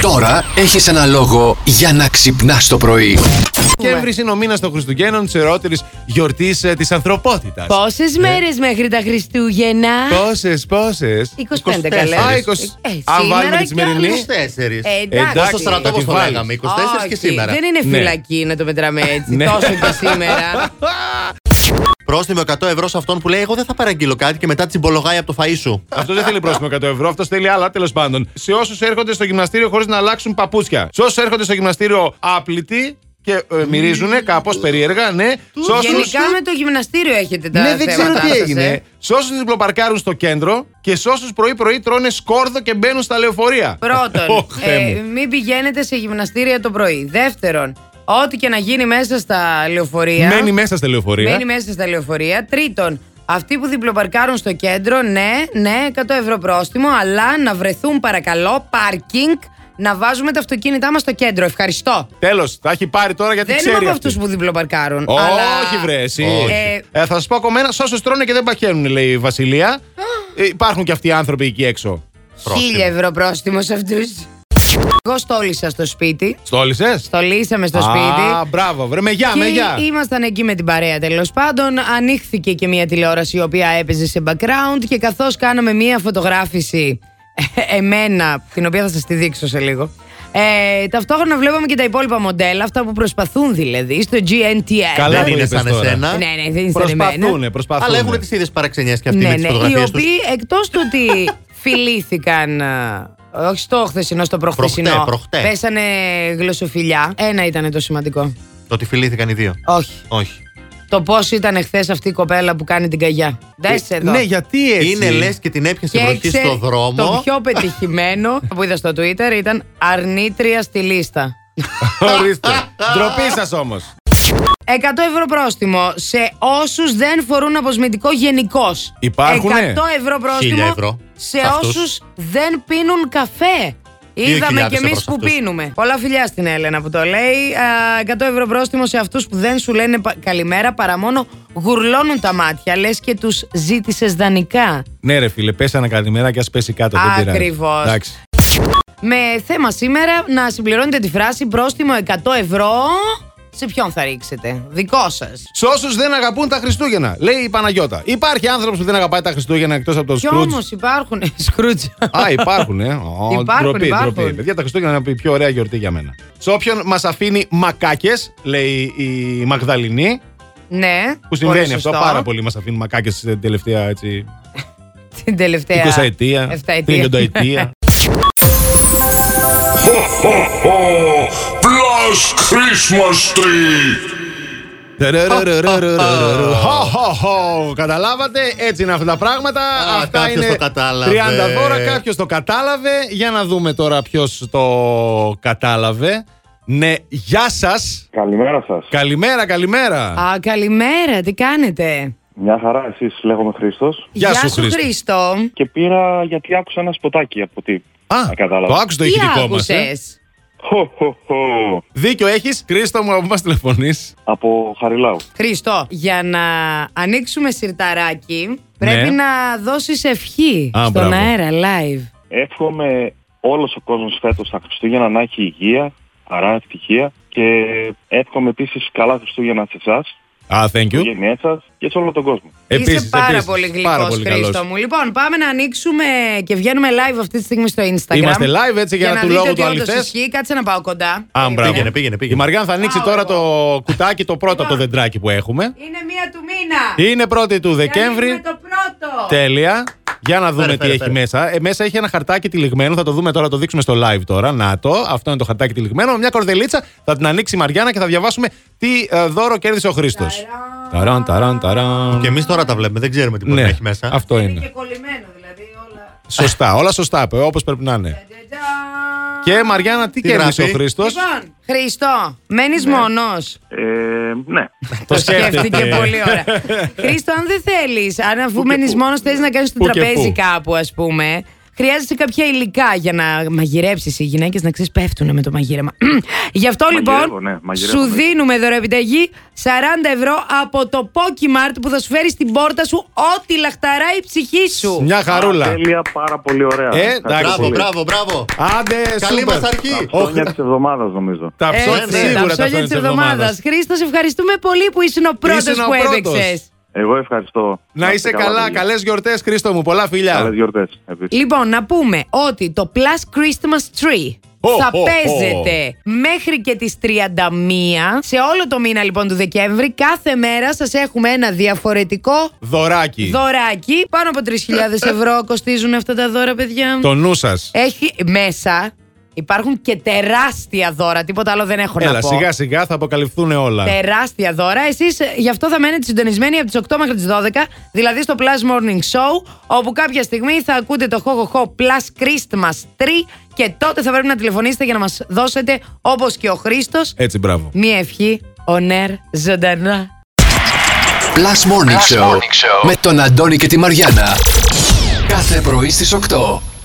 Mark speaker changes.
Speaker 1: Τώρα έχεις ένα λόγο για να ξυπνάς το πρωί.
Speaker 2: Ναι.
Speaker 3: Δεκέμβρη είναι ο μήνα των Χριστουγέννων, της ερώτηρης γιορτής της ανθρωπότητας.
Speaker 2: Πόσες
Speaker 3: Ε.
Speaker 2: μέρες μέχρι τα Χριστούγεννα.
Speaker 3: Πόσες, πόσες.
Speaker 2: 25 καλές.
Speaker 3: Α, 20.
Speaker 2: Ε,
Speaker 3: Αν
Speaker 2: σήμερα
Speaker 3: βάλουμε τη
Speaker 2: κι
Speaker 3: σημερινή.
Speaker 2: άλλες.
Speaker 4: 24.
Speaker 2: Ε,
Speaker 3: εντάξει.
Speaker 4: Στο στρατό
Speaker 3: θα τη
Speaker 4: το
Speaker 3: βάλεις.
Speaker 4: λέγαμε. 24 και
Speaker 2: Όχι,
Speaker 4: σήμερα.
Speaker 2: Δεν είναι
Speaker 3: Ναι.
Speaker 2: φυλακή να το μετράμε έτσι.
Speaker 3: Ναι.
Speaker 2: Τόσο και σήμερα.
Speaker 4: Πρόστιμο 100 ευρώ σε αυτόν που λέει: Εγώ δεν θα παραγγείλω κάτι και μετά τσιμπολογάει από το φαΐ σου.
Speaker 3: Αυτό δεν θέλει πρόστιμο 100 ευρώ, αυτός θέλει άλλα τέλος πάντων. Σε όσους έρχονται στο γυμναστήριο χωρίς να αλλάξουν παπούτσια. Σε όσους έρχονται στο γυμναστήριο άπλητοι και ε, μυρίζουν κάπως περίεργα, ναι. Σε όσους-
Speaker 2: Γενικά με το γυμναστήριο έχετε τα
Speaker 3: Ναι, δεν ξέρω
Speaker 2: θέματα
Speaker 3: τι
Speaker 2: σας,
Speaker 3: έγινε.
Speaker 2: ε.
Speaker 3: Σε όσους διπλοπαρκάρουν στο κέντρο και σε όσους πρωί-πρωί τρώνε σκόρδο και μπαίνουν στα λεωφορεία.
Speaker 2: Πρώτον,
Speaker 3: Ωχ, Θεέ
Speaker 2: ε,
Speaker 3: μου.
Speaker 2: μην πηγαίνετε σε γυμναστήρια το πρωί. Δεύτερον, ό,τι και να γίνει μέσα στα λεωφορεία.
Speaker 3: Μένει ε. μέσα στα λεωφορεία.
Speaker 2: Μένει μέσα στα λεωφορεία. Τρίτον, αυτοί που διπλοπαρκάρουν στο κέντρο, ναι, ναι, 100 ευρώ πρόστιμο, αλλά να βρεθούν παρακαλώ πάρκινγκ να βάζουμε τα αυτοκίνητά μας στο κέντρο. Ευχαριστώ.
Speaker 3: Τέλος, τα έχει πάρει τώρα γιατί
Speaker 2: Δεν
Speaker 3: ξέρει.
Speaker 2: είμαι από
Speaker 3: αυτή.
Speaker 2: αυτούς που διπλοπαρκάρουν. αλλά...
Speaker 3: Όχι, βρε, εσύ.
Speaker 4: Όχι.
Speaker 3: Ε, θα σας πω ακόμα ένα. Όσου τρώνε και δεν παχαίνουν, λέει η Βασιλεία. Ε, υπάρχουν και αυτοί οι άνθρωποι εκεί έξω.
Speaker 2: Χίλια ευρώ πρόστιμο σε αυτούς. Εγώ στόλισα στο σπίτι.
Speaker 3: Στόλισες.
Speaker 2: Στολίσαμε στο σπίτι.
Speaker 3: Α, μπράβο, βρε. Με γεια, με γεια.
Speaker 2: Και ήμασταν εκεί με την παρέα τέλος πάντων. Ανοίχθηκε και μια τηλεόραση η οποία έπαιζε σε background και καθώς κάναμε μια φωτογράφηση ε, εμένα, την οποία θα σας τη δείξω σε λίγο. Ε, ταυτόχρονα βλέπαμε και τα υπόλοιπα μοντέλα, αυτά που προσπαθούν δηλαδή στο GNTM.
Speaker 3: Καλά
Speaker 4: Δεν
Speaker 3: που
Speaker 4: είναι
Speaker 3: είπες
Speaker 4: σαν
Speaker 3: τώρα.
Speaker 4: εσένα.
Speaker 2: Ναι, ναι, δεν είναι σαν εμένα.
Speaker 3: Προσπαθούν, προσπαθούν.
Speaker 4: Αλλά έχουν τις ίδιες παραξενιές και αυτοί
Speaker 2: Ναι,
Speaker 4: με τις
Speaker 2: ναι, οι
Speaker 4: φωτογραφίες του.
Speaker 2: οποίοι εκτός του ότι φιλήθηκαν. α, Όχι στο χθεσινό, στο προχθεσινό.
Speaker 4: Προχτέ, προχτέ.
Speaker 2: Πέσανε γλωσσοφιλιά. Ένα ήταν το σημαντικό.
Speaker 4: Το ότι φιλήθηκαν οι δύο.
Speaker 2: Όχι.
Speaker 4: Όχι.
Speaker 2: το πώς ήταν χθες αυτή η κοπέλα που κάνει την καγιά. Δες
Speaker 4: Ε,
Speaker 2: εδώ.
Speaker 3: Ναι, γιατί έτσι.
Speaker 4: Είναι λες και την έπιασε βροχή
Speaker 2: ξέρει,
Speaker 4: στο
Speaker 2: Το
Speaker 4: δρόμο.
Speaker 2: πιο πετυχημένο που είδα στο Twitter ήταν αρνήτρια στη λίστα.
Speaker 3: Ορίστε. Ντροπή σας όμως.
Speaker 2: 100 ευρώ πρόστιμο σε όσους δεν φορούν αποσμητικό γενικώς.
Speaker 3: Υπάρχουνε?
Speaker 2: 100 ευρώ πρόστιμο
Speaker 4: 1000 ευρώ
Speaker 2: σε
Speaker 4: σε αυτούς.
Speaker 2: όσους δεν πίνουν καφέ.
Speaker 4: 2000
Speaker 2: Είδαμε κι
Speaker 4: ευρώ
Speaker 2: εμεί
Speaker 4: σε
Speaker 2: που
Speaker 4: αυτούς.
Speaker 2: πίνουμε. Πολλά φιλιά στην Έλενα που το λέει. Α, 100 ευρώ πρόστιμο σε αυτούς που δεν σου λένε πα- καλημέρα παρά μόνο γουρλώνουν τα μάτια. Λες και τους ζήτησες δανεικά.
Speaker 3: Ναι, ρε φίλε, πες ένα καλημέρα και ας πέσει κάτω. δεν πειράζει.
Speaker 2: Ακριβώς.
Speaker 3: Εντάξει.
Speaker 2: Με θέμα σήμερα να συμπληρώνετε τη φράση πρόστιμο 100 ευρώ. Σε ποιον θα ρίξετε, δικό σας.
Speaker 3: Σε όσους δεν αγαπούν τα Χριστούγεννα, λέει η Παναγιώτα. Υπάρχει άνθρωπος που δεν αγαπάει τα Χριστούγεννα εκτός από τον
Speaker 2: Κι
Speaker 3: Σκρούτζ.
Speaker 2: όμως υπάρχουν. Σκρούτζα.
Speaker 3: Α, υπάρχουν, ε. Ω,
Speaker 2: Υπάρχουν,
Speaker 3: ντροπή,
Speaker 2: υπάρχουν.
Speaker 3: ντροπή. Παιδιά, τα Χριστούγεννα είναι η πιο ωραία γιορτή για μένα. Σε όποιον μας αφήνει μακάκες, λέει η Μαγδαληνή.
Speaker 2: Ναι.
Speaker 3: Που συμβαίνει
Speaker 2: πολύ
Speaker 3: αυτό.
Speaker 2: σωστό.
Speaker 3: Πάρα πολλοί μας αφήνουν μακάκες την τελευταία έτσι.
Speaker 2: Την τελευταία.
Speaker 3: 20 ετία,
Speaker 2: 7 ετία.
Speaker 3: 30 ετία.
Speaker 5: Plus Christmas tree.
Speaker 3: Καταλάβατε, έτσι είναι αυτά τα πράγματα.
Speaker 4: Α,
Speaker 3: Αυτά
Speaker 4: κάποιος
Speaker 3: είναι
Speaker 4: το κατάλαβε.
Speaker 3: 30 δώρα, κάποιος το κατάλαβε. Για να δούμε τώρα ποιος το κατάλαβε. Ναι, γεια σας.
Speaker 6: Καλημέρα σας.
Speaker 3: Καλημέρα, καλημέρα.
Speaker 2: Α, καλημέρα, τι κάνετε.
Speaker 6: Μια χαρά, εσείς λέγομαι Χρήστος.
Speaker 3: Γεια σου,
Speaker 2: σου,
Speaker 3: Χρήστο.
Speaker 2: Χρήστο.
Speaker 6: Και πήρα γιατί άκουσα ένα σποτάκι από τι.
Speaker 3: Α,
Speaker 6: Να κατάλαβα.
Speaker 3: το άκουσε το
Speaker 2: Τι
Speaker 3: ηχητικό ε? μα.
Speaker 2: άκουσες.
Speaker 6: Χω, χω, χω.
Speaker 3: Δίκιο έχεις, Κρίστο μου, από πού μας τηλεφωνείς.
Speaker 6: Από Χαριλάου.
Speaker 2: Χρήστο, για να ανοίξουμε σιρταράκι, πρέπει να δώσεις ευχή
Speaker 3: Ναι. Α,
Speaker 2: στον
Speaker 3: μπράβο.
Speaker 2: αέρα live.
Speaker 6: Εύχομαι όλος ο κόσμος φέτος τα Χριστούγεννα να έχει υγεία, χαρά, ευτυχία. Και εύχομαι επίσης καλά Χριστούγεννα σε εσάς,
Speaker 3: Α, thank you.
Speaker 6: οικογένειά σας και σε όλο τον κόσμο.
Speaker 2: Είσαι πάρα πολύ
Speaker 3: πάρα
Speaker 2: γλυκό,
Speaker 3: πολύ
Speaker 2: Χρήστο
Speaker 3: καλός.
Speaker 2: μου. Λοιπόν, πάμε να ανοίξουμε και βγαίνουμε live αυτή τη στιγμή στο Instagram.
Speaker 3: Είμαστε live, έτσι, για να του
Speaker 2: δείτε
Speaker 3: λόγου
Speaker 2: ότι
Speaker 3: του
Speaker 2: όντως
Speaker 3: αληθές.
Speaker 2: ισχύει. Κάτσε να πάω κοντά.
Speaker 3: Α, μπράβο.
Speaker 4: Πήγαινε, πήγαινε,
Speaker 3: Η
Speaker 4: πήγαινε.
Speaker 3: Μαριάν θα ανοίξει
Speaker 2: Πάω
Speaker 3: τώρα
Speaker 2: εγώ.
Speaker 3: το κουτάκι, το πρώτο από το δεντράκι που έχουμε.
Speaker 2: Είναι μία του μήνα.
Speaker 3: Είναι πρώτη του Δεκέμβρη.
Speaker 2: Είναι το πρώτο.
Speaker 3: Τέλεια. Για να δούμε
Speaker 4: Φέρε,
Speaker 3: τι
Speaker 4: φέρε,
Speaker 3: έχει
Speaker 4: φέρε.
Speaker 3: μέσα. Ε, μέσα έχει ένα χαρτάκι τυλιγμένο. Θα το δούμε τώρα, το δείξουμε στο live τώρα. Να το. Αυτό είναι το χαρτάκι τυλιγμένο. Μια κορδελίτσα. Θα την ανοίξει η Μαριάννα και θα διαβάσουμε τι ε, δώρο κέρδισε ο Χρήστος. Ταράν, ταράν, ταράν.
Speaker 4: Και εμείς τώρα τα βλέπουμε, δεν ξέρουμε τι μπορεί
Speaker 3: Ναι,
Speaker 4: να έχει μέσα.
Speaker 3: αυτό
Speaker 2: Είναι και
Speaker 3: είναι.
Speaker 2: κολλημένο δηλαδή όλα.
Speaker 3: Σωστά, όλα σωστά, όπως πρέπει να είναι.
Speaker 2: Τζατζα.
Speaker 3: Και Μαριάννα, Ναι. τι
Speaker 4: Τι
Speaker 3: κέρδισε ο
Speaker 4: γράφει?
Speaker 3: Χρήστο.
Speaker 2: Λοιπόν, Χρήστο, μένεις μόνος.
Speaker 6: Ε, ναι.
Speaker 2: Το σκέφτηκε πολύ ωραία. Χρήστο, αν δεν θέλεις, αν αφού μένει μόνο, θέλει να κάνεις το
Speaker 3: Πού και
Speaker 2: τραπέζι
Speaker 3: πού.
Speaker 2: κάπου, ας πούμε. χρειάζεσαι κάποια υλικά για να μαγειρέψεις. Οι γυναίκες να ξέρεις πέφτουν με το μαγείρεμα. Γι' αυτό
Speaker 6: Μαγειρεύω,
Speaker 2: λοιπόν
Speaker 6: ναι, μαγειρεύω,
Speaker 2: σου
Speaker 6: ναι.
Speaker 2: δίνουμε δωρεοεπιταγή 40 ευρώ από το Pokimart που θα σου φέρει στην πόρτα σου ό,τι λαχταράει η ψυχή σου.
Speaker 3: Μια χαρούλα.
Speaker 6: Τέλεια, πάρα πολύ ωραία.
Speaker 3: Ε,
Speaker 6: Ευχαριστώ
Speaker 3: εντάξει.
Speaker 6: πολύ.
Speaker 4: Μπράβο, μπράβο, μπράβο.
Speaker 3: Άντε,
Speaker 4: Καλή
Speaker 3: Ε, σούπερ.
Speaker 4: μας αρχή.
Speaker 6: Τα ψώνια της εβδομάδας νομίζω.
Speaker 3: Τα
Speaker 2: Έτσι,
Speaker 3: ψώνια σίγουρα
Speaker 2: τα ψώνια
Speaker 3: της
Speaker 2: της εβδομάδας.
Speaker 3: εβδομάδας.
Speaker 2: Χρήστος, σε ευχαριστούμε πολύ που ήσουν ο πρώτο
Speaker 3: Ήσουν ο
Speaker 2: που
Speaker 3: πρώτος.
Speaker 2: έδεξε.
Speaker 6: Εγώ ευχαριστώ.
Speaker 3: Να είσαι καλά,
Speaker 6: παιδιά.
Speaker 3: καλές γιορτές, Χρήστο μου. Πολλά
Speaker 6: Καλές
Speaker 3: φιλιά.
Speaker 6: γιορτές. επίσης.
Speaker 2: Λοιπόν, να πούμε ότι το Plus Christmas Tree
Speaker 3: Ω,
Speaker 2: θα
Speaker 3: ω, ω.
Speaker 2: παίζεται μέχρι και τις 31 σε όλο το μήνα λοιπόν του Δεκέμβρη. Κάθε μέρα σας έχουμε ένα διαφορετικό
Speaker 3: Δωράκι.
Speaker 2: δωράκι. Πάνω από 3.000 ευρώ κοστίζουν αυτά τα δώρα, παιδιά.
Speaker 3: Το νου σας.
Speaker 2: Έχει μέσα, υπάρχουν και τεράστια δώρα, τίποτα άλλο δεν έχω να
Speaker 3: Έλα,
Speaker 2: πω.
Speaker 3: σιγά σιγά θα αποκαλυφθούν όλα.
Speaker 2: Τεράστια δώρα. Εσείς γι' αυτό θα μένετε συντονισμένοι από τις 8 μέχρι τις 12, δηλαδή στο Plus Morning Show, όπου κάποια στιγμή θα ακούτε το ho ho ho Plus Christmas 3 και τότε θα πρέπει να τηλεφωνήσετε για να μας δώσετε, όπως και ο Χρήστος,
Speaker 3: Έτσι, μπράβο.
Speaker 2: μία ευχή, ο Νέρ ζωντανά.
Speaker 1: Plus Morning, Show, με τον Αντώνη και τη Μαριάνα. Κάθε πρωί στις 8.